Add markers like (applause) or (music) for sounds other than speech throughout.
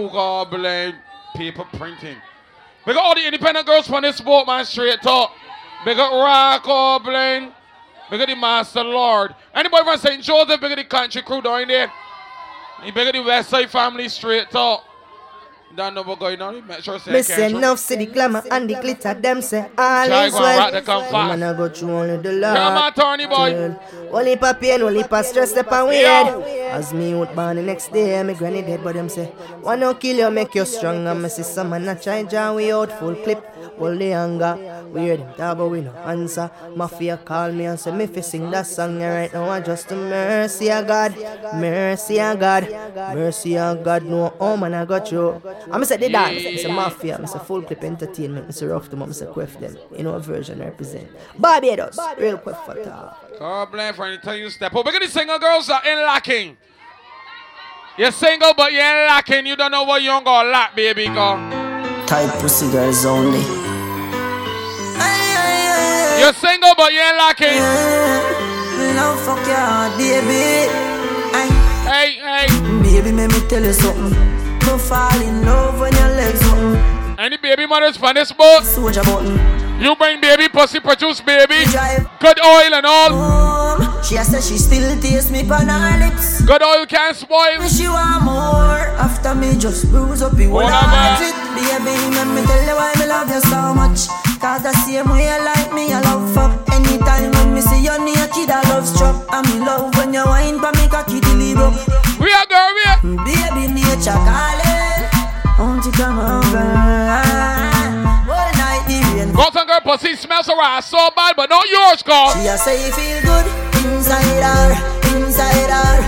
Yoga blade paper printing. We got all the independent girls from this boat, man, straight talk. We got Rock all blame. We got the Master Lord. Anybody from St. Joseph, we got the country crew down there. We got the West Side family straight talk. Don't know what going on. Make sure say Listen, enough see the glamour and the glitter, them say all Try is go and rock the well. come Man, fast. I go through only the Come on, Lord. Tony boy. Only pa pain, only pa stress, step and weird. As me out born the next day, me granny dead, but them say, One no kill you, make you strong. And me see some man a try John, we out full clip. Hold the anger, we hear them talk, but we no answer. Mafia call me and say, me fi sing that song. And right now I just the mercy of God, mercy of God, mercy of God. No, oh man, I got you. I'm say they dance, it's a mafia, it's a full clip entertainment, it's a rough them, it's a quiff them. You know, version represent. Barbados, real quick for talk. God bless for anytime you step up. We got the single girls that ain't lacking. You're single, but you ain't lacking. You don't know what you're gonna lack, baby girl. Type pussy girls only. You're single, but you ain't lacking. Now fuck your heart, baby. Aye. Hey, hey. Baby, let me tell you something. Don't fall in love when your legs open. Any baby mothers from this boat, Soldier button. you bring baby pussy produce baby. Drive Good oil and all. home. She a say she still taste me on her lips. Good oil can't spoil. Me she want more. After me just bruise up you Hold wanna on, man. have it. Baby, let me tell you why me love you so much. Cause the same way you like me, I love fuck. Anytime when me see you near kid, I love struck. I'm in love when you wine pa me cocky deliver. We are girl, we are. Baby, nature calling. Won't you come over? All night the rain Got some girl pussy smells alright. So bad, but not yours, girl. She a say you feel good inside her, inside her,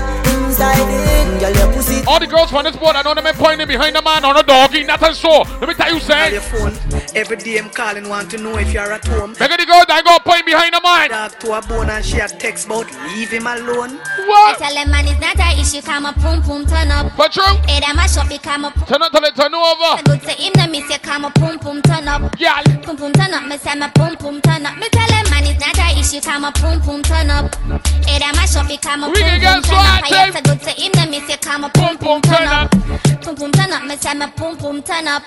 inside it. Girl, your pussy All the girls from this boat, I know them ain't pointing behind the man on a doggy, nothing so. Let me tell you, on say. your phone. Every day I'm calling, want to know if you're at home. Look at the girl that go point behind the man. Talk to a bone and she a text about leave him alone. I What? tell him man it's not a issue, come up, boom, boom, turn up. But true. Hey, that my shop, he come up. Turn up till it turn over. I go to him, the miss you, come up, boom, boom, turn up. Yeah. Boom, boom, turn up, me say my boom, boom, turn up. Me tell him man it's not a issue, come up, boom, boom, turn up. Hey, that my shop, he come up, We boom, can get boom, turn so up. I active. have to go to him, the miss you, come up, boom, boom, turn up. Boom, boom, turn up, me say my boom, boom, turn up.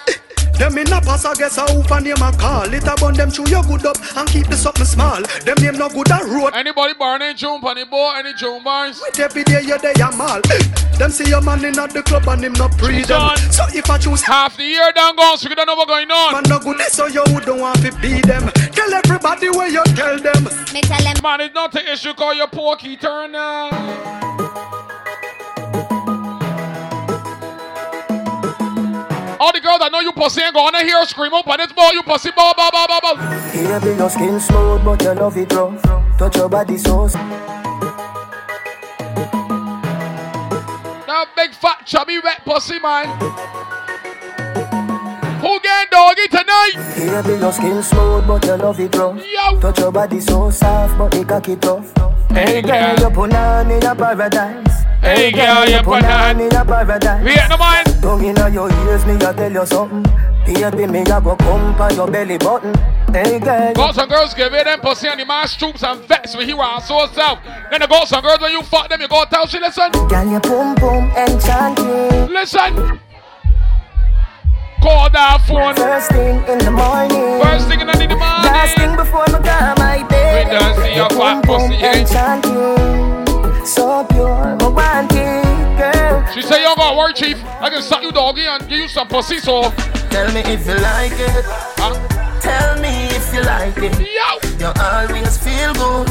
Them in a pass, I guess I hoof and name a call. It a bun them chew you good up and keep the something small. Them name no good a road. Anybody born in June, on the boat, any June barns? With every day you day a mall. Them see your man in at the club and him no pre them. John. So if I choose Half the year down gone, so you don't know what's going on. man no good, so you don't want to be them. Tell everybody where you tell them. Me tell him Man, it's not an issue, call your porky turner. All the girls that know you pussy ain't gonna hear scream oh, up on this ball, you pussy ball, ball, ball, ball, ball. Baby, your skin smooth, but you love it rough. Touch your body so That big fat chubby wet pussy, man. Who getting doggy tonight? Baby, your skin smooth, but you love it rough. Yo! Touch your body so soft, but it cocky tough. Hey, Girl, you put on in a paradise. Hey, girl, you put on- in a paradise. We ain't no man. Tongue inna your ears, me a tell you something. Baby, me a go come pa your belly button. Hey girl, Got some girls give it them pussy and the man's troops and vets when he was so self. Then I got some girls when you fuck them, you go tell she listen. girl you boom boom enchanting. Listen. Call that phone. First thing in the morning. First thing in the morning. Last thing before me go my bed. We done see your fat boom, boom, pussy, eh? enchanting. So pure, me want it, girl. She say, yo, go work, chief. I can suck you doggy and give you some pussy, so. Tell me if you like it. Uh, Tell me if you like it. yo! You always feel good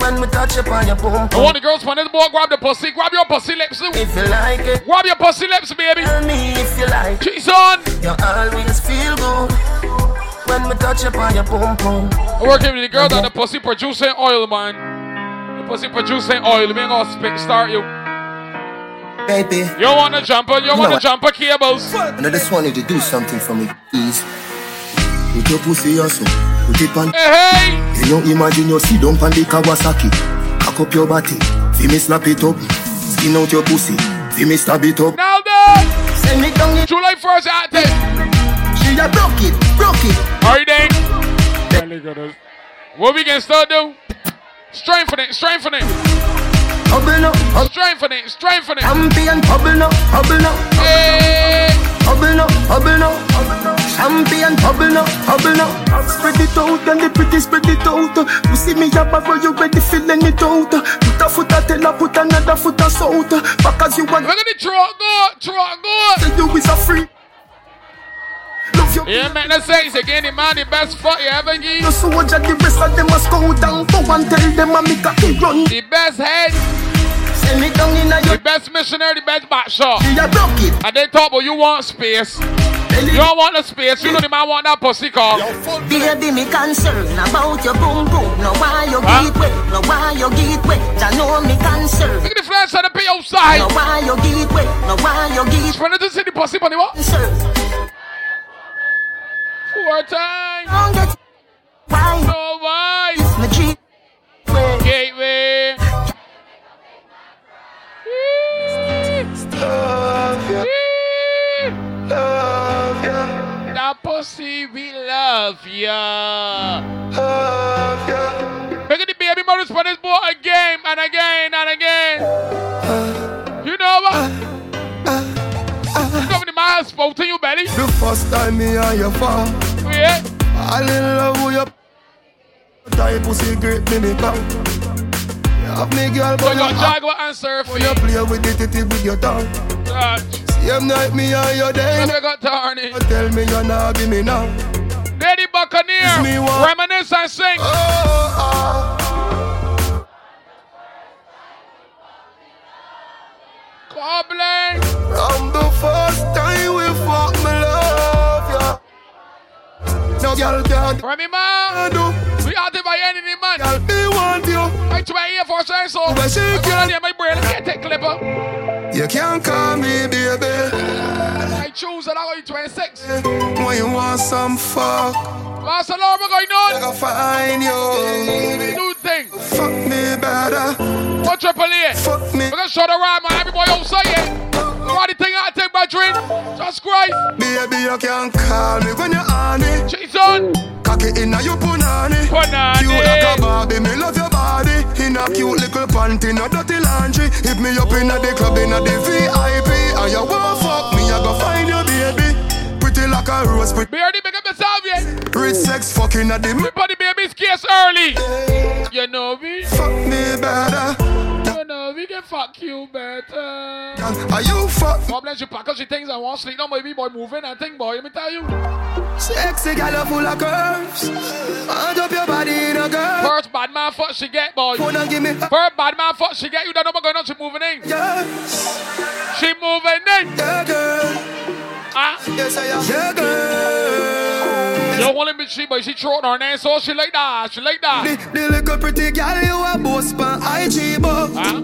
when we touch upon your boom I boom. want the girls from this boy, grab the pussy, grab your pussy lips. Grab If you like it, your pussy lips, baby. tell me if you like. it. Cheese on! You always feel good when we touch upon your boom boom. I work with the girl that the pussy producing oil, man. The pussy producing oil. Me ain't gonna spit start you. Baby, You want a jumper, you want No. a jumper cables. and I just wanted to do something for me, please. Put your pussy also, put it on. Hey, hey! You don't imagine you sit down on the Kawasaki. Cock up your body, feel me snap it up. Skin out your pussy, feel me stab it up. Now then! Send me down it, July 1st, at this. she a broke it, broke it. Are you dang? What we can still do? Strengthen it, strengthen it. Bubble no, bub- Strengthen it, strengthen it. champion. Bubble no, bubble no, Hey, bubble no, bubble no. Champion, bubble no, bubble no. Spread it out and the pretty spread it out. You see me up before you ready feeling it out. Put a foot a tell her, put another foot a south. Back as you look want, at the truck go, truck go. you is a free. Love your Yeah, man, that's it. He's again the man, the best fuck you ever No give. soldier, the rest of them must go down for and tell them I make a kid run. The best head, Send me down in a the your best missionary, the best back shot. be a rocket. And they talk about you want space. Tell You it don't want the space. You know the man want that pussy call. Baby, me concern about your boom boom. No why you Huh? get wet, no why you get wet. I know me concern. Look at the flesh of the pit No outside. why you get wet, no why you get When you see the pussy bunny, what? concerned. Poor time. Don't get why No why? me treat well. Gateway. Mm, That pussy, we love ya. Look at the baby mother's for this boy again and again and again. You know what? Come to my house, spoke to you, belly. The first time me and you fall, Yeah. I in love with your type pussy great mini bang. You have me girl, So but you you got have Jaguar and Surf for you play with it, it it with your tongue. Same night me and you day. I got Tarney. now. Tell me you're not give me now. Lady Buccaneer, It's me, what? reminisce and sing. Oh, ah. Goblin, I'm the first time we fuck me love ya. No girl can't Remy man, do. we are the by enemy man. Girl me want you, I try here for sure, so. but she Girl, can't. yeah, my brain, I take clipper. You can't call me baby I choose and I got you 26. when you want some fuck. Barcelona going I on. go find you. New thing. Fuck me better, For Triple A. fuck me We're gonna show the rhyme on every boy outside here. Party thing I take my drink. Just Christ. baby. You can't call me when you're horny. Jason. Cocky inna your punani. You like a Panani. Barbie, me love your body. In a cute little panty, no dirty laundry. Hit me up in a the club, in a the VIP. And you won't fuck me, I go find you, baby. Pretty like a rose, pretty Beardy, make up yourself yet. rich sex, fucking at the We m- put the baby's case early. You know me. Fuck me better. You know we can fuck you better. Are you fuck God bless you, package your things and won't sleep. No, baby boy, moving and think, boy. Let me tell you. sexy, girl you full of curves? Hand up your body in a girl. First bad man, fuck she get, boy. Phone and give me a First bad man, fuck she get. You don't know what going on. She moving in. yes, She moving in. yeah, girl. Ah, Yes, I am. Yeah, girl. you only be she, but she throwing her name, so she like that. She like that. The, the little pretty girl you a boss pan IG, but Ah.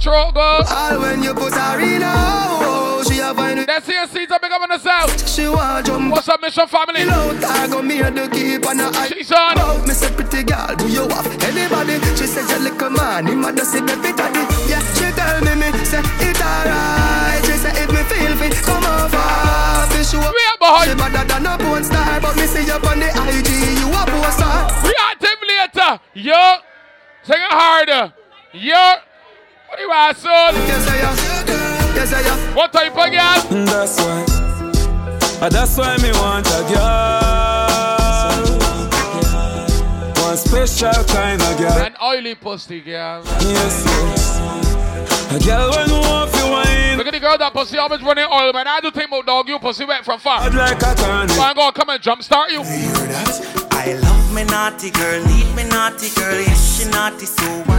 Throw girl. All when you put her in a house, she a find it. That's here, Caesar, big up on herself. She want jump What's up, Mission Family? Chill out, I go me and the keep on her eye. She's on. Out, me say pretty girl, do you have anybody? She says a little man, him a just say baby daddy. Yeah, she tell me me say it alright. She say if me feel fit, come over. Fish you up. We are behind. She better than a porn star, but me see you on the IG, you a poster. Reactive later. Yo. Sing it harder. Yo. What you asshole? Yes I am, yes I am. What type of girl? That's why. Ah, That's why me want a girl. One special kind of girl. An oily pussy girl. Yes, yes. A girl when you want to wine. Look at the girl that pussy always running oil, man. I do think about dog, you pussy wet from far. Hard like a I'm tonic. gonna come and jumpstart you. I love me naughty girl, need me naughty girl, yes she naughty, so what?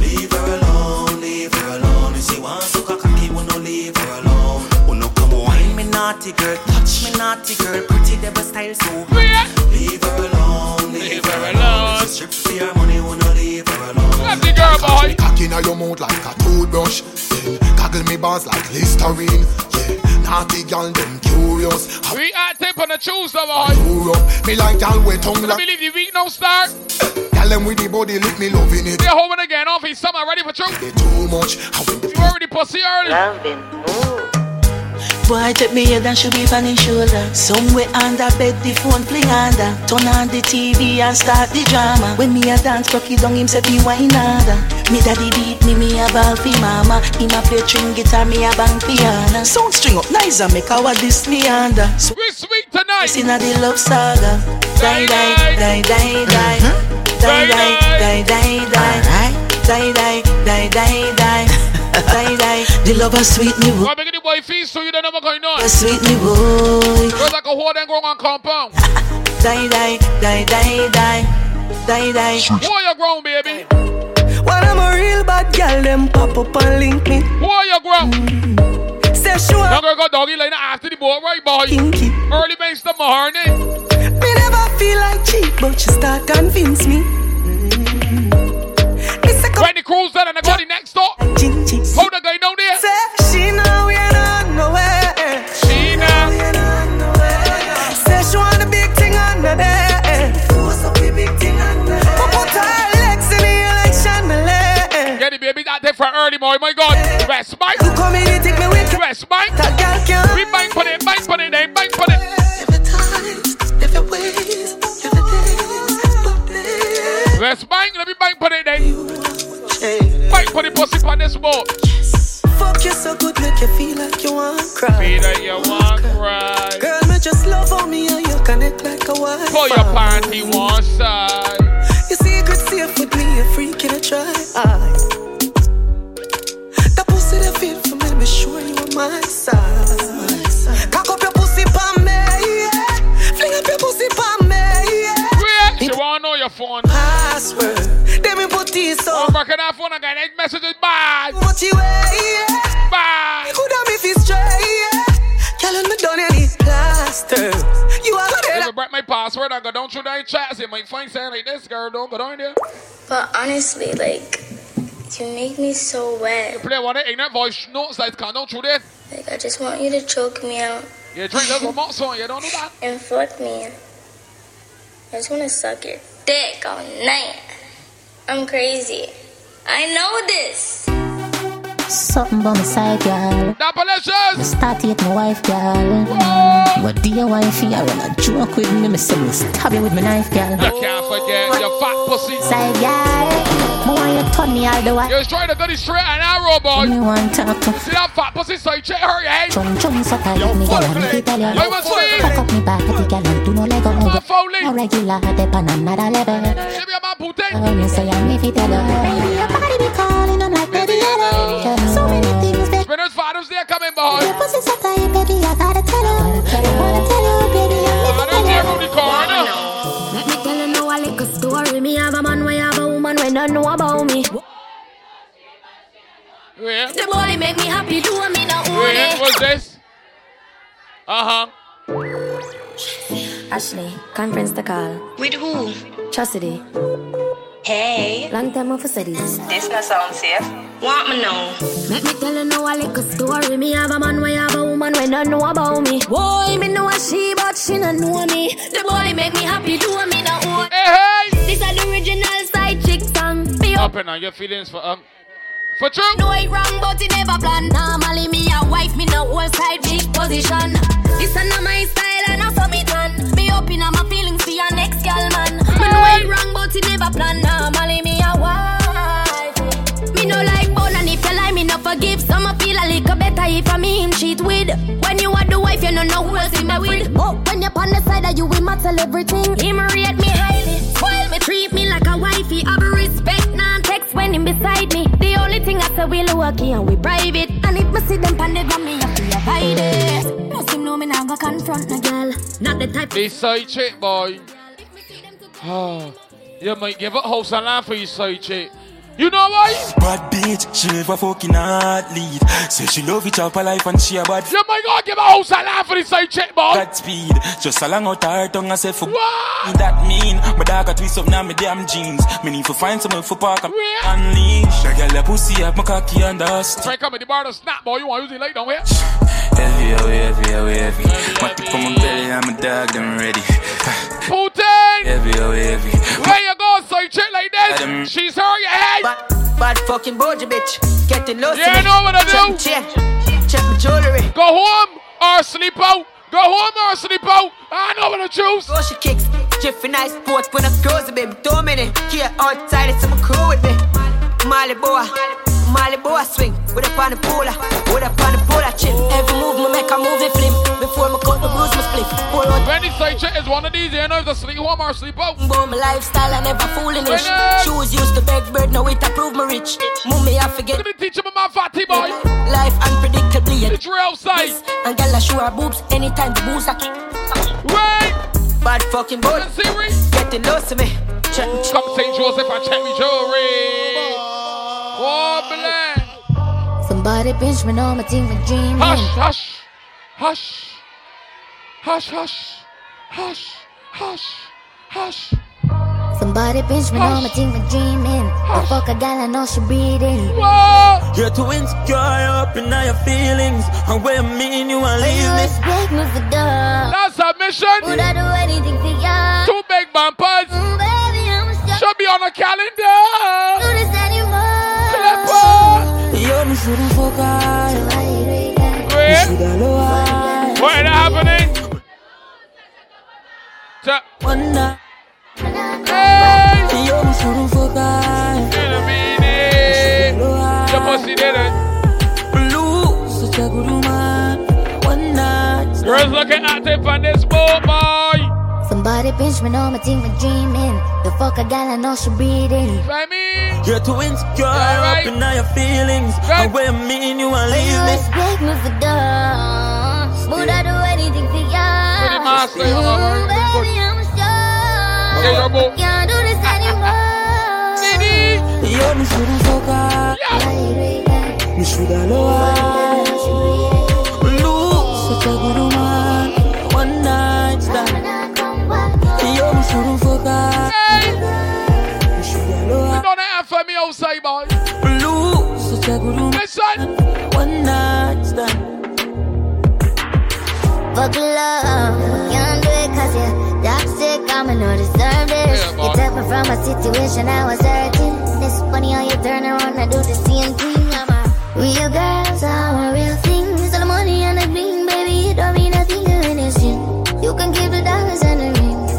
Leave her alone, leave her alone. If she wants to cocky, we no leave her alone. We no come wine me naughty girl, touch me naughty girl, pretty devil style, so Yeah. leave her alone, leave her alone. If she strip for your money, we no leave her alone. Love the girl, boy. Cock inna your mouth like a toothbrush. Yeah. Goggle me bars like Listerine. Yeah. Naughty gal them curious. How Reactive on a Tuesday, boy. you up? Me like gal with tongue Let like me leave the week no start. gal them with the body lick me loving it. They're home again off his summer ready for truth. They too much. How we You already pussy early. Love been moved. Boy, take me head and should be on his shoulder. Somewhere under bed, the phone play under. Turn on the TV and start the drama. When me a dance, cocky down himself, he wine harder. Me daddy beat me, me a ball for mama. Him a play string guitar, me a bang piano. Sound string up nice and make our this me under. So we sweet tonight. It's inna the love saga. Die, die, die, die, die. Die, die, die, die, die, die. Die, die, die, die, die. Die, die. (laughs) The lover sweet me. Why make the boy feel so you don't know what's going on? Lover sweet me boy. Cause I can hold and go on compound. Die, die, die, die, die. Die, die. Boy, you grown, baby. When I'm a real bad girl, them pop up and link me. Boy, you grown. Say sure, Now girl go doggy lane after the boy, right, boy? Kinky. Early banks the morning. me never feel like cheap, but you start convince me. Mm-hmm. When the cruise done and I go the next door. Hold the guy down there. Say she know we not nowhere. She know. Say she want a big thing under there. But put her legs in the election lane. Get the baby out there for early, boy. My God. Rest, Mike. You come in and take me with you. Rest, Mike. That girl can't. We bang for it, bang for it, they bang for it. Let's bang, let me bang for it, then. Bang for the pussy on this boat. Fuck you so good, make you feel like you want Be cry. that you want right. Girl, me just love on me and you connect like a wife. Pull your panty one side. Your secret's safe with me, a freak in a try. That pussy that feel for me, be sure you on my side. Cock up your pussy pon me, yeah. Fling up your pussy pon me, yeah. Where? She wanna know your phone. Password, then me put this I'm on. breaking that phone, I got eight messages. Bye, What you wear, yeah. bye. Could have me feel straight, yeah. Girl, and me done any plaster. You are a If I break my password, I go down through that chat. It might find something like this, girl. Don't go down there. But honestly, like, you make me so wet. Play one of the ignorant voice notes that come down through there. Like, I just want you to choke me out You drink that remote song, you don't know that. and fuck me. I just want to suck your dick all night. I'm crazy. I know this. Something by my side, girl. That delicious. Start it, my wife, girl. What do you wifey? I run a joke with me, me say me stab you with my knife, girl. You can't forget your fat pussy. Side, girl. More you turn me all the way. You was trying to go the straight and arrow, boy. You want to talk to See that fat pussy, so you check her, yeah? Chum chum so tight, me girl, I need to tell you. Why was it? Fuck up me body, girl, and do no let go. Come on, Foley. No regular, dip on another level. Give me my booty. When you say I'm iffy, tell you. Your body be calling, I'm like, baby, I love you. So many things that Spinner's father's there coming, boy. Your pussy's so tight, baby, I gotta tell you. I wanna tell you, baby, I'm iffy, Father's tell there you. from the corner. Let me tell you now a little story. Me have a man, we have a woman, we don't know about me. Yeah. The boy make me happy, do me no own Yeah, it. what's this? Uh huh. Ashley, conference the call. With who? Chastity, Hey, long time of cities. this no sound safe. Want me know? Let me tell you now a little story. Me have a man, we have a woman, we don't know about me. Boy, me know a she, but she don't know me. The boy make me happy, do me no own it. Hey, hey. This is the original side chick song. Be up. Up and on your feelings for um, for true. No, it wrong, but it never plan. Normally, me a wife, me no whole side big position. This a not my style, and I saw me done. Me open up my feelings for your next girl, man. Me know it wrong, but it never plan. Normally, me a wife. Me no like bone, and if you lie, me no forgive. Some a feel a little better if I me him cheat with. When you are the wife, you no know who else in my with. But when you're on the side, that you will matter everything. Him rate me highly, spoil me, treat me like a wifey. Have respect, non text when him beside me. The only thing I say we lucky and we private. And if me see them pan the ground, me have to avoid it. No seem know me now go confront the girl. Not the type. This side chick, boy. Oh, you might give up house and land for your side chick. You know why? Bad bitch, she never fucking not leave. Say she love it up her life and she a bad You might not give up house and land for this side chick, boy. that speed. Just along out her tongue, I say for What? that mean. My dog got twist up now, my damn jeans. Me need to find someone for park and Yeah. unleash. That girl a pussy up my cocky and dust. Try come at the bar to snap, boy. You want to use it late, don't you? Heavy, heavy, heavy, heavy, heavy. My tip on my belly, I'm a dog, them ready. (sighs) Putin, Heavy, heavy, heavy. where you go, side chick like Adam. this? She's her, your head. Bad, bad fucking bougie bitch. Getting lost. Yeah, I know what I do. Check, check, check my jewelry. Go Go home or sleep out. Go home or sleep out. I know what to choose. Oh, she kicks. Jiffy nice sports when I close it, baby. Two minute. Here outside, it's my crew with me. Molly boy. Molly boy swing. With up on the pooler. With up on the pooler chill. Every move me make a movie flim. Before me cut the blues, me split. Pull out. Benny Saicha is one of these. You know, if the sleep home or sleep out. Boy, my lifestyle, I never foolish. Shoes used to beg bread, now it approve me rich. Mummy, I forget. Look at the teacher, my man, fatty boy. Life unpredictably. The drill side. And girl, I show her boobs anytime the booze I kick. Wait! Bad fucking boy. Getting lost to me. Check, Come St. Joseph and check me Oh, jewelry. Wobbling. Somebody pinch me on my team for dreaming. Hush, hush, hush, hush, hush, hush, hush, hush. Somebody pinch me on my team for dreaming. I fuck a gal, I know she breathing. You're too insecure, you're up in all your feelings. And where I mean you and Will you leave me. respect me for dog? That's a mission. Would I do anything for ya? Two big bumpers. baby, I'm stuck. Should be on a Do calendar. this anymore. Yo, me shoulda fuck her. Me Wait. shoulda love her. What is happening? Ta- Wonder. Hey. Yo, me shoulda fuck her. In a minute. Your pussy did it. Blue, such a good woman. One night. Girls looking active on this boat, boy. Somebody pinch me on my team for dreaming. The fuck a gal, I know she breathing. You're too insecure, up in all your feelings. And where I mean you and Will you leave me. respect me for dog? Would I do anything for ya? Pretty master, you know. Ooh, baby, I'm Yeah, your stuck. boat. Can't do this (laughs) anymore. Yo, me shoulda fuck her. Me shoulda love her. Blue, such a good woman. One night stand. Yo, me shoulda fuck her. Me shoulda love her. You know that for me outside, boy. Blue, such a good woman. Listen. One night stand. Fuck love, can't do it cause you're toxic, I'ma no deserve this Yeah, boy. You took me from a situation I was hurting It's funny how you turn around and do the same thing I'm a real girl, so I'm a real thing So the money and the bling, baby, it don't mean nothing to anything You can keep the dollars and the rings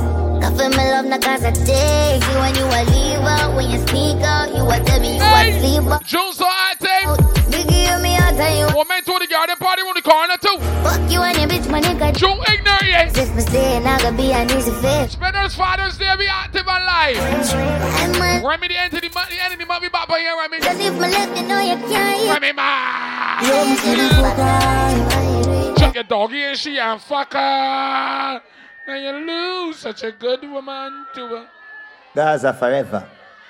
I feel my love, not cause I take you When you a leave out, when you sneak out You a tell me you a sleep out June so active. Biggie, you me out and you Woman to the garden party on the corner, too. Fuck you and your bitch, my nigga June ignorant, yeah. This mistake, I could be an easy fit Spinners, fathers, they be active and live. I'm a Remy, the entity, ma- the enemy, might be back by here, Remy. Cause if my left, you know you can't hear. Remy, ma. Yo, me shoulda fuck her. Check your doggy and she and fuck her. Now you lose such a good woman to her. Gaza forever.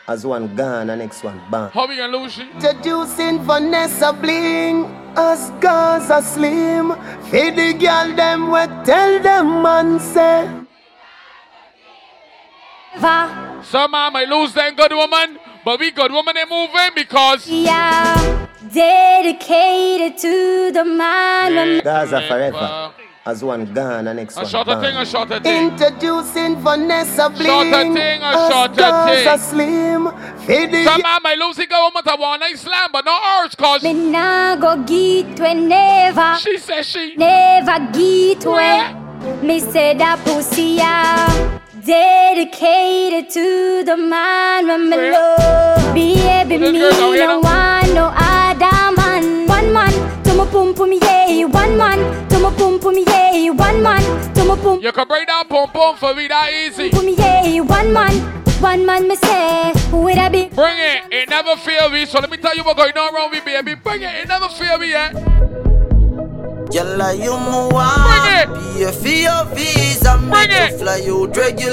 As one gone, the next one born. How we gonna lose she? Introducing Vanessa Bling as Gaza Slim. Feed the girl them we tell them man say. Some man might lose them good woman, but we good woman they moving because Yeah, dedicated to the man. of- Gaza forever. As one gone, the next a one shorter thing, born. a shorter thing. Introducing Vanessa Bling Shorter thing, a as shorter Gaza thing. Slim. Feed the Some man might lose the good woman to one night slam, but not ours cause Me nah go get we never. She says she never get we. Me say that pussy yeah. Dedicated to the man when me love. Baby, Well, me this girl down here no now. want no other man. One man to my pum pum yeah. One man to my pum pum yeah. One man to my pum. You can break down pom pom for me that easy. Pum yeah. One man, one man me say. With a big Bring it, it never fail me. So let me tell you what going on around me, baby. Bring it, it never fail me yet. Yalla you move on Pay your visa Make you fly out It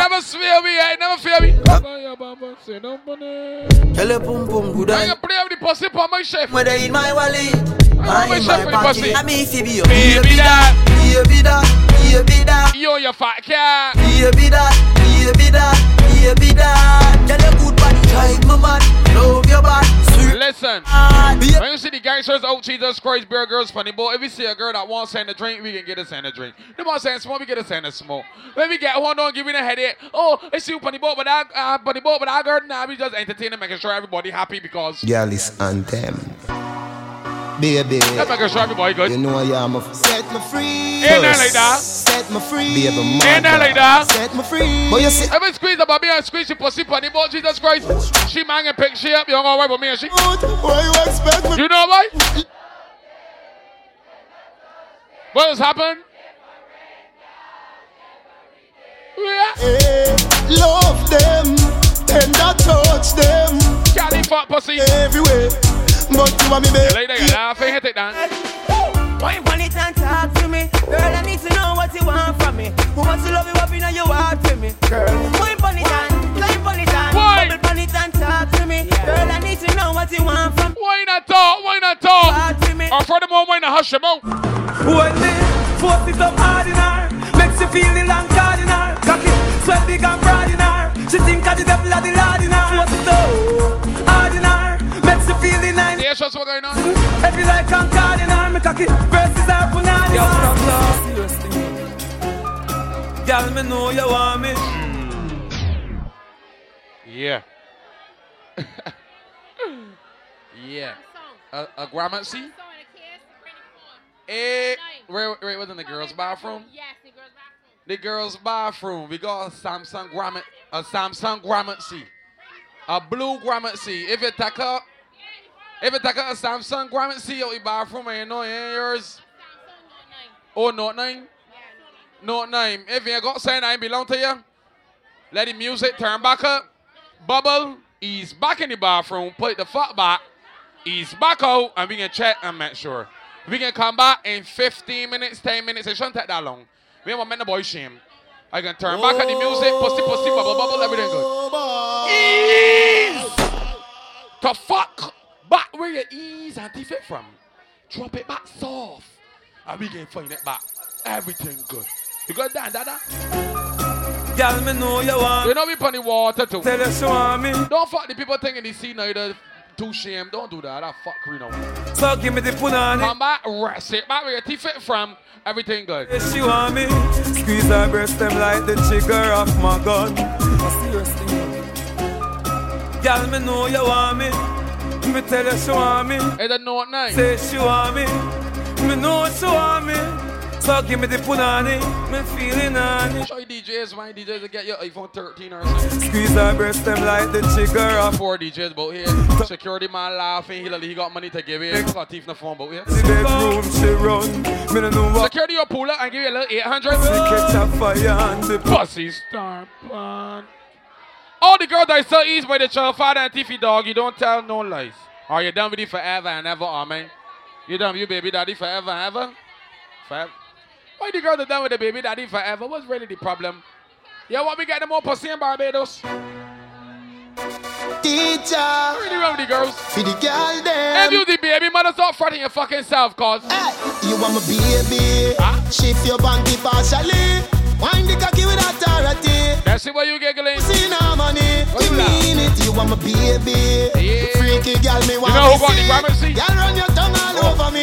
regular never fail me yet, it never fail me. Tell your pum pum good I can play with the pussy for my chef. Whether in my wallet I or want in my my chef with the pocket pussy. I mean if you be your Baby that, Baby that Baby that yo you fat cat. Baby that Baby that Baby that Tell your good body Drive my man Love your body Sweet Listen, when you see the gangsters out Jesus Christ, beer girls, funny boy, if you see a girl that wants to send a drink, we can get us send a drink. They want to send smoke, we get us send a smoke. When we get one, don't give me a headache. Oh, it's you, funny boy, but I, uh, funny boy, but I girl, now we just entertaining, making sure everybody happy because Girl is on them. Baby, That make a shabby boy good. you know I am a f- Set me free. Ain't that like that? Set me free. baby Ain't that like mother. that? Set me free. But you see, Every squeeze about me and squeeze she pussy on the boat, Jesus Christ. She man and pick she up, you don't know why with me and she. Why you expect me? You know why? What has happened? eh, love them, tender touch them. Can't fuck pussy everywhere. But you want me, baby. Lay there, laugh, ain't hit it down. Wine on it and talk to me Girl, I need to know what you want from me Who wants to love you up in your heart to me Girl, wine on it and, climb on it and Bubble on it and talk to me Girl, I need to know what you want from me Why not talk? Why not talk? Or furthermore, why not hush your mouth? Hold me, force it up hard in her Makes you feel the long card in her Cocky, sweat big and broad in her She think of the devil of the lord in her Force it up hard in her Makes you feel the nine Yes, that's what's going on Every like I'm card in her Me cocky, verses are punani Yo, stop love, seriously Girl, me know you want me Yeah. (laughs) yeah. A, a gramercy? Eh, where, where it was in the girls' bathroom? Yes, the girls back. The girls' bathroom. We got a Samsung grammar, a Samsung gramercy, a blue gramercy. If you take up, if you take up a Samsung gramercy out your bathroom, and you know it ain't yours. Oh, not nine. Not nine. If you got saying I belong to you, let the music turn back up. Bubble, he's back in the bathroom. Put the fuck back. He's back out, and we can check and make sure. We can come back in 15 minutes, 10 minutes. It shouldn't take that long. We don't make the boy shame. I can turn back at the music, pussy, pussy, bubble, bubble, everything good. Ease! To fuck back where your ease and teeth it from. Drop it back soft. And we can find it back. Everything good. You got that, Dada? Girl, me know you want You know we put the water too. Tell us you want me. Don't fuck the people thinking they see neither. Too shame. Don't do that. That fuckery now. So give me the punani Come back, rest it back where your teeth it from. Everything good. Yes, she want me. Squeeze her breast them like the trigger of my gun. Girl, me know you want me. Me tell you she want me. It's a note night. Say she want me. Me know she want me. So give me the punani. Me feeling on Show you DJs, my DJs to get your iPhone 13 or something. Squeeze her breast them like the trigger of Four DJs about here. Security man laughing. He like he got money to give you. He's got teeth in the phone about here. bedroom she run. Me no know what. Security your pull up and give you a little She catch 800. a fire and the Pussy star pun. All the girls that is so eased by the child father and Tiffy dog, you don't tell no lies. Are you done with it forever and ever, amen? You done with your baby daddy forever and ever? Forever. Why the girls are done with the baby daddy forever? What's really the problem? Yeah, what we get them more pussy in Barbados? Teacher. Really wrong with the girls. For the girl If them. you the baby mother, stop fronting your fucking self, cause. You want my baby. Shift your panty partially. Wind the cocky with authority. That's it where you giggling. See now money. You mean it. You want my baby. Freaky girl me want know who me got the gramercy? see. Girl run your tongue all over me.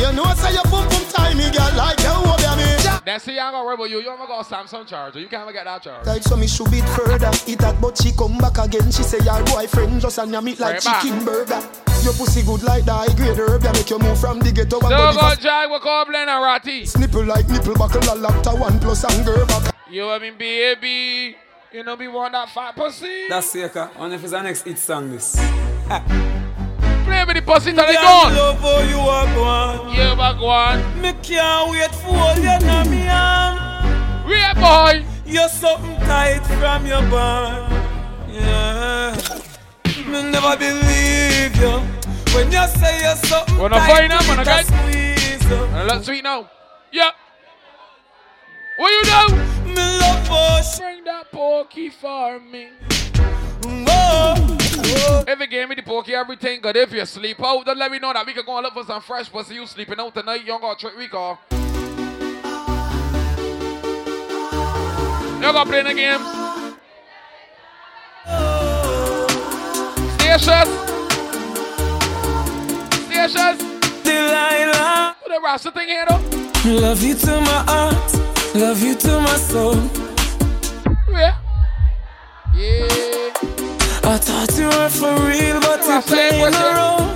You know say your pum pum timey girl like you over me. That's it, I ain't gonna worry about you. You ain't gonna got a Samsung charger. You can't even get that charger. Like so me should be further Eat that but she come back again She say her boyfriend just and yam it like Right back. chicken burger Your pussy good like the high grade herb Ya make you move from the ghetto and No body go fast jag, we call blend and ratty. Nipple like nipple buckle a lacta one plus and Gerber You know what I mean, baby? You know me want that fat pussy? That's Seika. And if it's an next hit song, this. Play with the pussy till they Girl, gone. love how you are gone. Yeah, but go on. Me can't wait for all you know me arm. Yeah, boy. You're something tight from your barn. Yeah. Me never believe you. When you say you're something Wanna tight, find out, you man, just squeeze you. And look sweet now. Yeah. What you know? Me love us. Bring that pokey for me. If you gave me the pokey, everything good. If you sleep out, then let me know that we can go and look for some fresh pussy. You sleeping out tonight, you don't got a trick week off. You got playing the game. Stations. Stations. Delilah. What the rasta thing here though? Love you to my heart, love you to my soul. Yeah. Yeah. I thought you were for real, but you Rasta playing ain't a pussy. role.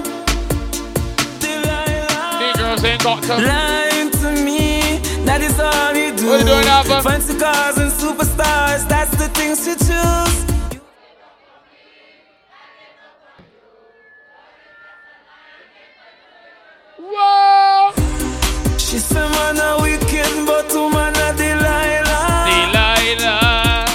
Delilah. saying, doctor? Lying to me, that is all you do. What you doing, Alpha? Fancy cars and superstars, that's the things you choose. Whoa! She said, man, a wicked, but woman, a Delilah. Delilah.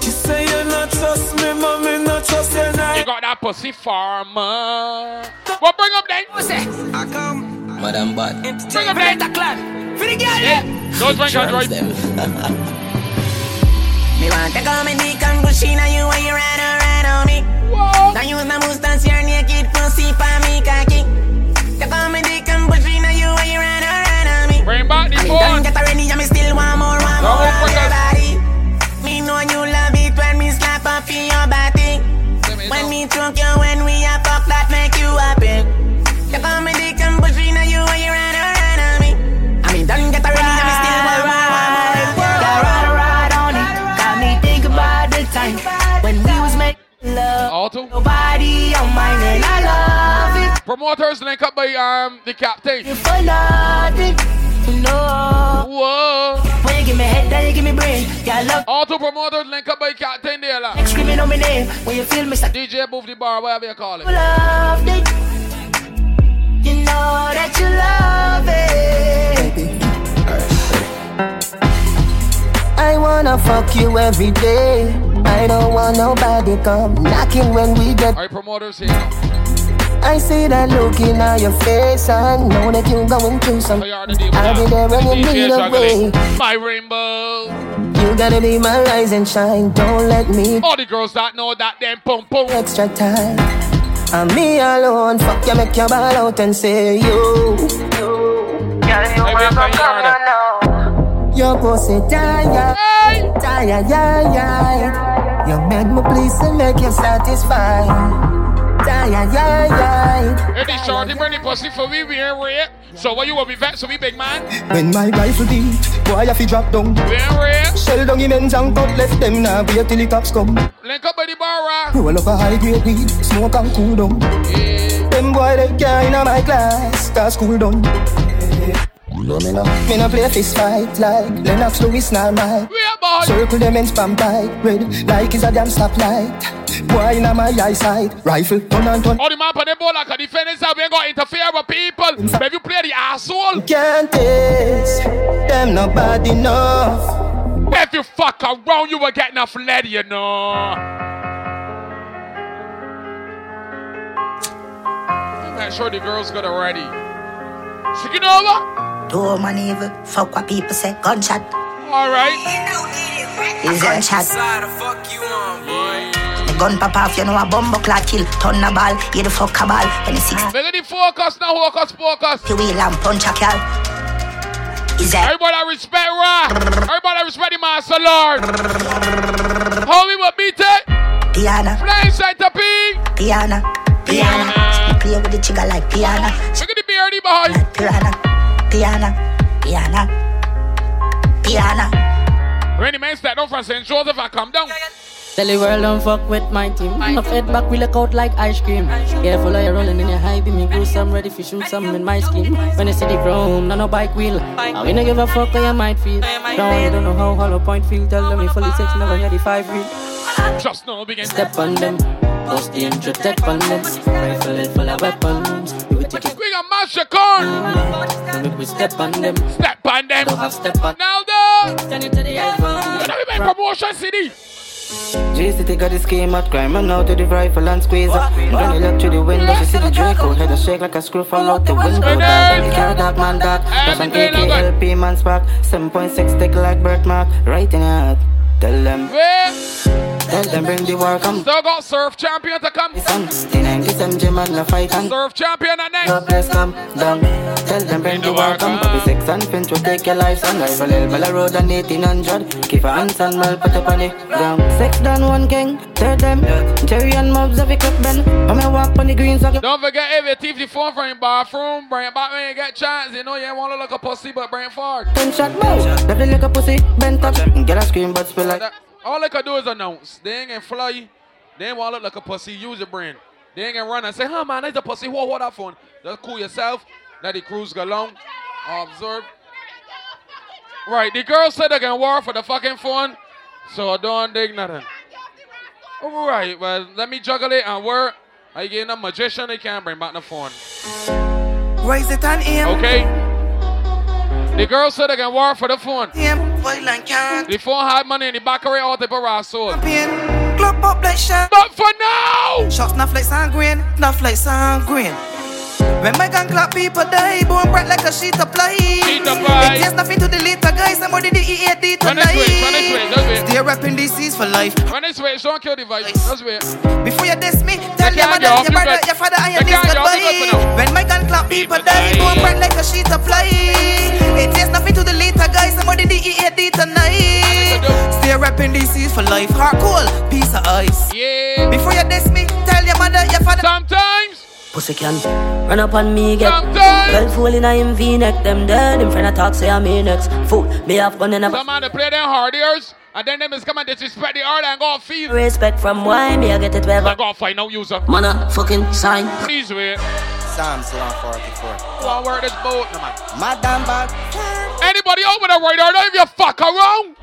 She say you not trust me, mommy, not trust you, You got that pussy farmer. Well, bring up that pussy. I come. Madam Bad. Bring up that clan. For the girl, yeah. Don't drink, don't drink. Me want Take all my dick and cushy, now you want you ride around on me. Now you use my mustache, your naked pussy for me cocky. Take all my dick and cushy, now you want you ride around on me. Bring back the I phone. done get already, and me still want more, want No, more of fuck your us. body. Me know you love it when me slap up in your body. When me choke you, when we up up, that make you happy. Take all my dick and cushy, now you want you ride around on me. I mean, done get already, and me still want more, want more of your body. Got me think about the time when we was making love. Auto. Nobody on mine and I love it Promoters link up by um the captain. for nothing. No. Whoa. When you give me head, then you give me brain. Yeah, love. Auto promoters link up by captain there. Like. Screaming on my name. When you feel me, say, DJ move the bar, whatever you call it. you love it. You know that you love it. I wanna fuck you every day. I don't want nobody come knocking when we get. Alright, promoters here. I see that look in your face. I know that you going through some. I'll be there when you need a way. My rainbow. You gotta be my rise and shine. Don't let me All the girls that know that them pum pum. extra time. I'm me alone. Fuck you, make your ball out and say yo. Your pussy tired, tired, yeah, yeah. You make me please and make you satisfied. Tired, yeah, yeah. Hey, this shorty bring the pussy for we, we ain't rape. So what you will be vexed, so we big man. When my rifle beat, boy, I fi drop down. Shell down the men's and cut left them now. Wait till the cops come. Link up by the bar, uh, Roll up a high grade weed, smoke and cool down. Them boy they care in my class, that's cool down. Me no, me no play fist fight like Lennox Lewis nor Mike. Circle them and spam tight, red like is a damn stoplight. Boy in my eyesight, rifle turn and turn. All the man on the ball like a defenders that we ain't gonna interfere with people. But if you play the asshole, Can't taste them no bad enough. if you fuck around, you will get enough lead, you know. Make sure the girls got it ready. She can over. Do man evil. Fuck what people say. Gunshot. All right. Is gunshot. The gun pop off, you know a bomb clock kill. Turn a ball, you the fuck a ball. When the six Make it focus now, focus, focus. you wheel and punch a cal. Is that Everybody that respect Ra. Everybody that respect the Master Lord. How we will beat it? piano, Flying center pig. piano, piano? She play with the chigga like piano, Look at the beardy behind. piano, piano, piano, piano. When the man step down from St. Joseph and come down. Tell the world don't fuck with my team. My head back, we look out like ice cream. Careful how you're rolling in your high beam. You gruesome, ready for shoot some in my skin. When you see the chrome, no no bike wheel. I we no give a fuck how you might feel. Don't you don't know how hollow point feel. Tell them you fully six, never hear the five real. Just now begin. Step on them, post the intro tech on them. Rifle it full of weapons. We will take it We gonna mash the corn. quick, we step on them. Step on them. Don't have step on. Now though. Send it to the iPhone. You know we make promotion city. J-City got the scheme out, crime and out to the rifle and squeeze up. Granny look through the window, she see the Draco, head a shake like a screw fall out the window. Dance like a car, dog man, dog. Dash an AKLP man spark, 7.6 tick like birthmark, right in her heart. Tell them, tell them bring the war, come. Still got surf champion to come. The 97 gym and the fight and Surf champion at next. no place come down. Tell them bring the war, come. Copy six and pinch will take your life, son. Rifle El Bella Road and 1800. Give a hands and mal put up on the ground. Six down one gang, tell them. Jerry and mobs have a clip then. I'm a walk on the green, so I Don't forget if you thief the phone from your bathroom, bring it back when you get chance. You know you ain't wanna look a pussy, but bring it forward. can shot move. Left the liquor pussy, bent up. Get a scream, but spill like. All they can do is announce. They ain't gonna fly. They ain't wanna look like a pussy. Use your brain. They ain't gonna run and say, huh, man, that's a pussy. Whoa, what that phone? Just cool yourself. Let the crews go along. Observe. Right, the girl said they can war for the fucking phone, so don't dig nothing. All right, well, let me juggle it and work. I getting a magician, they can't bring back the phone. Raise it and aim. Okay. The girl said they can war for the phone. Violent can't The phone had money in the bakery all the barrage sold. pain. Club up like shot. Not for now. Shots not like sand green. Not like sand green. When my gun clap people die, boom bright like a sheet of ply. It takes nothing to delete a guy. Somebody the EAD Run this way, run this way, tonight. just wait. They're rapping disease for life. Run this way, don't kill the vibe. Just wait. Before you diss me, tell your can't mother, jump, your you brother, bet. your father, and They your niece can't jump, you bet for goodbye. When my gun clap, people die. Boom, bright like a sheet of fly. It takes nothing to delete a guy. Somebody the EAD tonight. Stay rapping DCs for life. Hard cool, piece of ice. Yeah. Before you diss me, tell your mother, your father. Sometimes. Pussy can run up on me, get Well, fool in a him V-neck, them dead In front of talk, say I'm in next Fool, me have gun in a Some man they play them hard ears, and then them is come and disrespect the art and go feel. Respect from why, me I get it wherever I gotta find out user. Mana, fucking sign Please wait. Psalms 144. Go and wear this boat, no man. Madam Bad. Anybody out with a radar? Don't give your fuck around.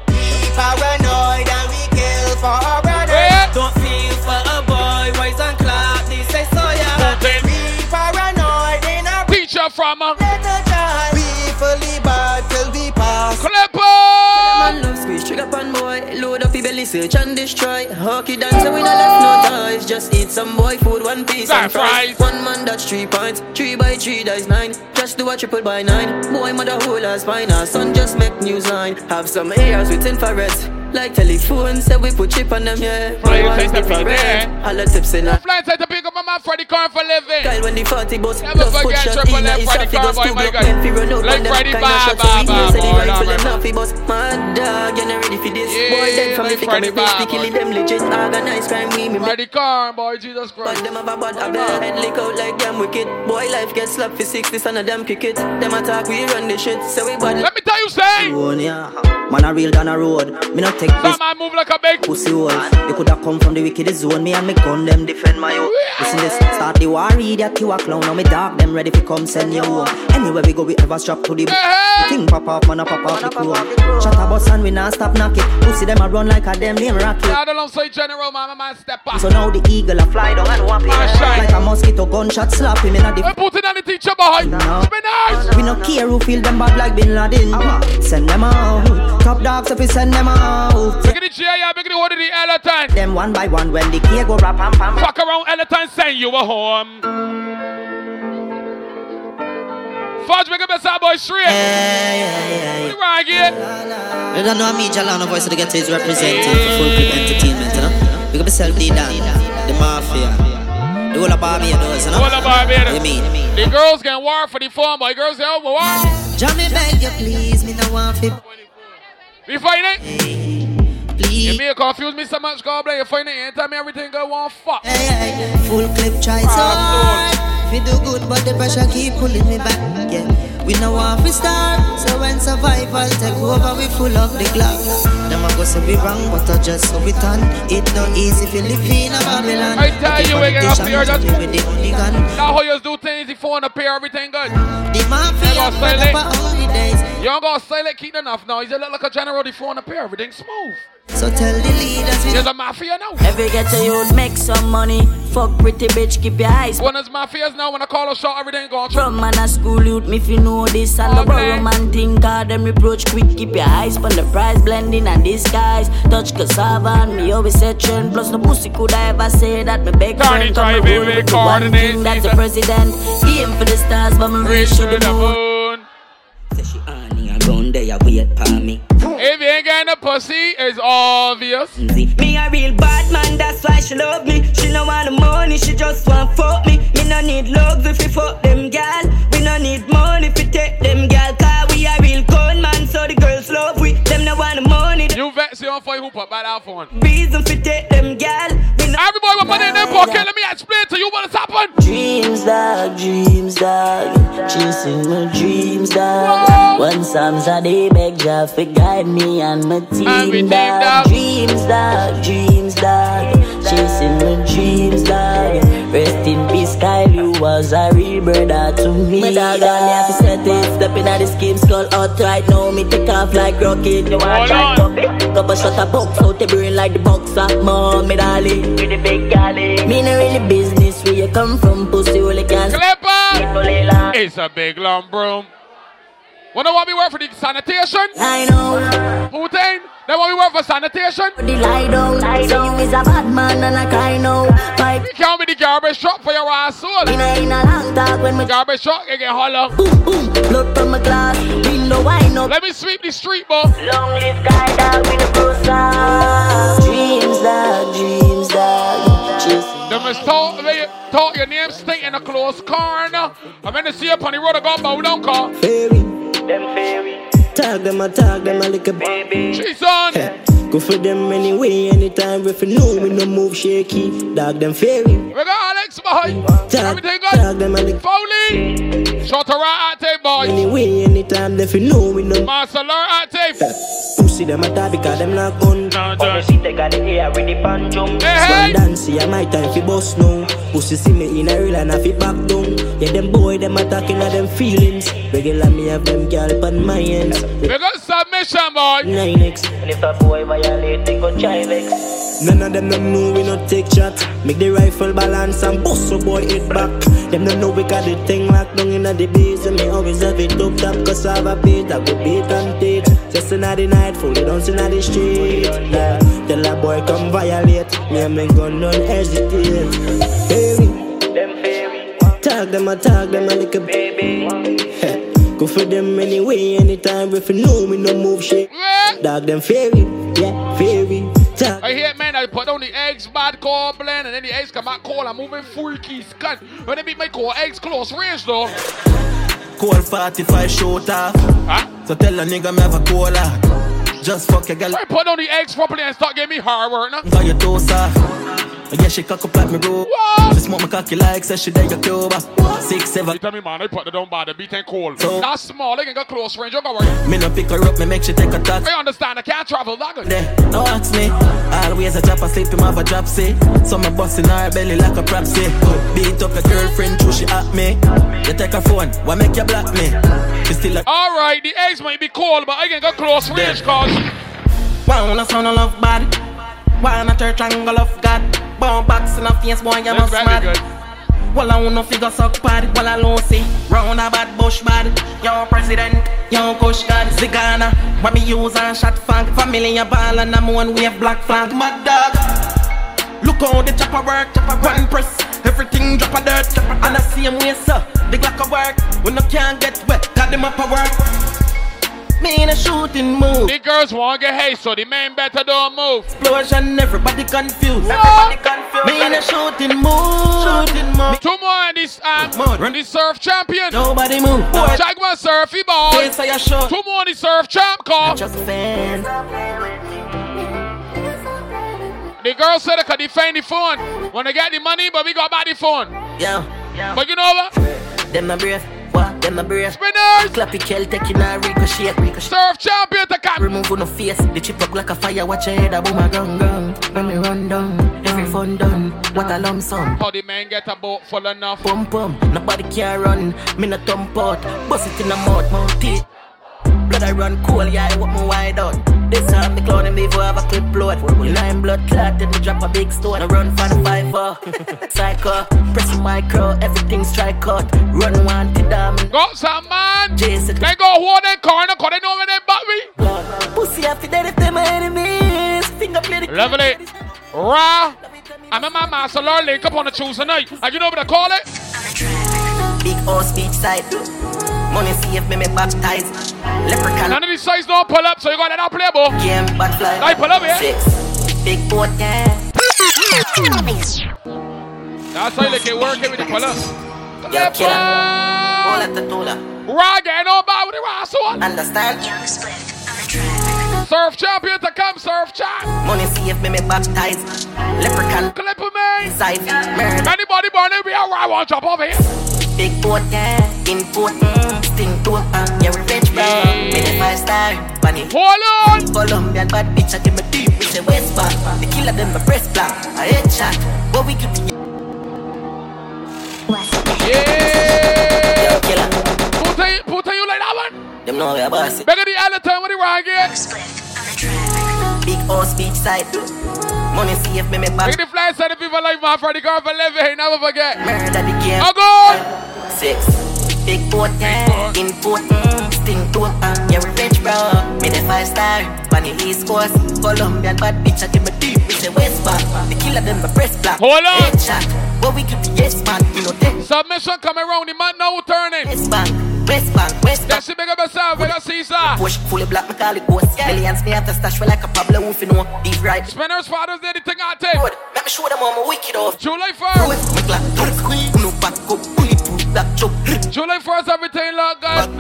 Paranoid and we kill for our brother. Don't feel for a boy, wise and clap, this is so yeah. We paranoid in our teacher from a little child. We fully bad till we pass. Clipper! Man love squeeze trigger Pan boy, load up your belly, search and destroy. Hockey dancer, we not left no toys. Just eat some boy food, one piece and fries. One man that's three pints, three by three dies nine. Just do a triple by nine. Boy mother whole as fine, our son just make news line. Have some ARs with infrared. Like telephone, say we put chip on them, yeah. Fly your Ones tight up different. in there. All the tips in a Fly tight to pick up my man Freddie Corn for living. Kyle when the party bus Never forget triple F Freddie Corn boy, my guy. Like Freddie Ba Ba Ba boy, nah, man. my dog, you're not ready for this. boy, dead from like the thick of Freddy the face, they killing them legit. Organized crime, we me Freddy Corn, boy, Jesus Christ. But them have a bad habit, head lick out like them wicked. Boy, life gets slapped for six, this and a damn kick it. Them attack, we run the shit, so we bad. Let me tell you, say. uh, Man a real down a road. Me not take this. I move like a big pussy hole. You coulda come from the wickedest zone. Me and me gun them defend my own. Listen this, start the war. Idiot, you a clown. Now me dark them ready to come send you home. Anywhere we go, we ever strap to the. Thing pop up, man a pop off the crew. Shut up, bus and we not stop knock it. Pussy them a run like a damn name rocket. Shout alongside General, my man, step up. So now the eagle a fly down and whop him. Like a mosquito gunshot slap him in a I the put it on the teacher behind. We no care who feel them bad like Bin Laden. Send them out. Top dogs if we send them out. Make it the J, yeah, make it the word of the elephant. Them one by one when the gear go rap pam pam. Fuck around elephant, send you a home. Fudge, make a best out boy straight. We rock it. You don't know me, Jalano Voice of the Ghetto is representing for full clip entertainment, you know? Big up yourself, D Dan, the Mafia, the whole of Barbados, you know? Whole of Barbados. You mean? The girls can war for the phone, boy. Girls can war. Jamie, beg you, please, me no want fi. We find it. You may confuse me so much, God bless you. Find it. Anytime everything go one fuck. Full clip tries hard. We do good, but the pressure keep pulling me back, yeah. We no want fi start, so when survival take over, we full up the clock. Them a go say we wrong, but I just so we turn. It no easy fi live in a Babylon. I tell you, we get up here. That's with the only gun. Now how you do things, the phone up here, everything good. The mafia sell run up a holidays. You don't go sell it, keep enough now. He's a look like a general, the phone up here, everything smooth. So tell the leaders we There's a mafia now. Every ghetto youth make some money Fuck pretty bitch, keep your eyes When it's mafias now, when I call a shot, everything gone through. From man a school youth, me fi know this And the borrow man think hard, them reproach quick Keep your eyes on the prize, blending and disguise Touch cassava and me always say trend Plus no pussy could I ever say that me big Cardi friend Come drive to it, roll we with the one coordinate, thing that's the president Aim for the stars, but me reach to the moon Ground there, you wait for me. If you ain't getting a pussy, it's obvious. Me a real bad man, that's why she love me. She no want the money, she just want fuck me. Me no need love if you fuck them gal. We no need money if you take them gal. Cause we a real con man, so the girls love we. Them no want the money. You vex you on for hoop up by that phone. Reason if you take them gal. We no Everybody with money in their pocket, let me explain to you what has happened. Dreams, dog, dreams, dog. Chasing my dreams, dog. One Psalms a day, beg Jah fi guide me and my team, dog. Dreams, dog, dreams, dog. Chasing my dreams, dog. Rest in peace, Kyle, you was a real brother to me. Me dog on me have to set it Step in at the scheme skull out right now Me take off like rocket No I try cup Cup a shot a box out the brain like the boxer Mom, me dolly With the big galley Me no really business where you come from Pussy only can Clipper! It's a big long broom. Wanna want me work for the sanitation? I know. Putain, they want me work for sanitation? The lie down Say you is a bad man and I cry now Pipe You can't be the garbage truck for your asshole. In a, in a long talk when me Garbage truck, you get hollow. Blood from a glass Window wine up Let me sweep the street, boy. Long live guy that we the prosa Dreams that, dreams that Just They must talk, they talk your name stink in a close corner. I'm gonna see you upon the road, I got my don't call. Tag them, I tag them, I like a baby. She's on. Go for them anyway, anytime. If you know we no move shaky, dog them fairy. We got Alex behind. Everything Tag them, I like Foley. Shot right at boy. anyway, anytime. If you know we no Master Lord at pussy them a tie because them not gun. Obviously they got the air with the banjo. Hey, dancey, I my time fi bust now. Pussy see me in a real and I fi back down. Yeah, them boy them attacking at them feelings. Regular me have them girl on my ends. We got submission, boy. 9x. And if a boy violate, they go chivex. None of them don't know we no take shot. Make the rifle balance and bust a boy head back. Them don't know we got the thing locked down inna the base. And me always have it up top, cause I have a beat. I go beat and date. Just inna the night, fully dance inna the street. Yeah. Tell a boy come violate. Me and me gun don't hesitate. Baby. Them fairy. Tag them, I tag them, I like a baby. Go for them anyway, anytime. If you know me, no move shit. Dog them fairy, yeah, fairy. Tag I hear man, I put on the eggs, bad call blend, and then the eggs come out cold. I'm moving freaky scut. When they beat my call, eggs close range though. Cold 45 shoot off. So tell a nigga me have a cola. Just fuck a gal. I put on the eggs properly and start getting me hard work now. Got your toes off. Yeah, she cock up like me bro. She smoke my cocky like say she there your Cuba. Six seven. You tell me man, I put it down by the beat and cold. That's small, they can get close range. You got worry. Me no pick her up, me make she take a taxi. I understand, I can't travel that good. No ask me. Always a drop asleep, him have a drop see. So me busting her belly like a prop see. Beat up your girlfriend, true she at me. You take her phone, why make you block me? She still a All right, the eggs might be cold, but I can get close range, cause wanna sound a love body. Wanna church angle of God. Bound box in a face, boy, you must very good. mad. Well, I wanna figure suck party, well, I lousy. Round a bad bush body. Young president, young coach god, Zigana. When me use and shot fag. Family a ball and I'm one wave black flag. Mad dog. Look how the chopper work, chopper one press. Everything drop a dirt. And the same way, sir. The Glock a work. When I can't get wet, got them up a work. Me in a shooting mood. The girls want to get hay, so the man better don't move. Explosion, everybody confused. Everybody confused. Me in a shooting mood. Shooting mood. Two more in this um, run the surf champion. Nobody move. Boy. Jaguar surfy boy. Face of your shirt. Two more in the surf champ call. Just fans. The girl said they could defend the phone. When they get the money, but we got back the phone. Yeah. But you know what? Them no breath. What? Them no breath. Spinners. Clappy kill taking a ricochet. Ricochet. Surf champion to cap. Remove on the face. The chip up like a fire. Watch your head. I boom a gun gun. When me run down. Every fun done. What a lump sum. How the man get a boat full enough. Pum pum. Nobody can run. Me no thump out. Bust it in the mouth. Mouth teeth. Blood I run cool. Yeah, I walk my wide out. This time the clown and before I have a clip load. You line blood clot. Then me drop a big stone. I run for the fiver. (laughs) Psycho. Press the micro. Everything strike out. Run one to diamond. Go some man. Jason. They go hold their corner, cause they know when they back me. Pussy I feel dead if they're my enemies. Finger play the Lovely. Ra. I'm in my master Lord link up on a Tuesday night. And you know what I call it? Big horse beach side. Money save me, me baptize. Leprechaun None of these sides don't pull up, so you gotta not play ball. game, bad fly. Guy, pull up here. Six. Big boat, yeah. That's how they can work it with the pull up. Yeah, killer. All at the dollar. Ra getting on by with the rascal. Understand? Surf champion to come, surf champ. Money save me, me baptize. Leprechaun Clip him, man. side. Murder. Anybody born in here, I want to jump over here. Big boat, yeah. Import. Mm. Sting to a Yeah, we rich, bro. Me the five star. Bunny. Hold on. Colombian bad bitch, I give me deep. We say West Bank. The killer, them, a breast black. I headshot. But we keep the Yeah. Put on you, put on you like that one. Them know we are bossy. Back at the other time with the rock again. Big old beach side. Money see if me make Look back. at the fly side of people like my Freddy Girl for living. Never forget. Murder the game. Oh God. Six. Big boat, import, mm, sting tool, uh, yeah, we rich bro. Me the five star, on the East Coast, Colombian bad bitch, I give a deep, it's a West Bank. The killer them a press black. Hold on. Headshot, what we could be yes man, you know that. Submission coming round. The man now turning. West Bank, West Bank, West Bank. That shit make up yourself. Make a Caesar. Push fully black, me call it ghost. Millions me have to stash for like a Pablo Wolf, you know. Deep right. Spinner's father's day, the thing I take. Good. Let me show them all my wicked off. July 1st. No back up, bulletproof, black chop. July 1st, everything locked, guys.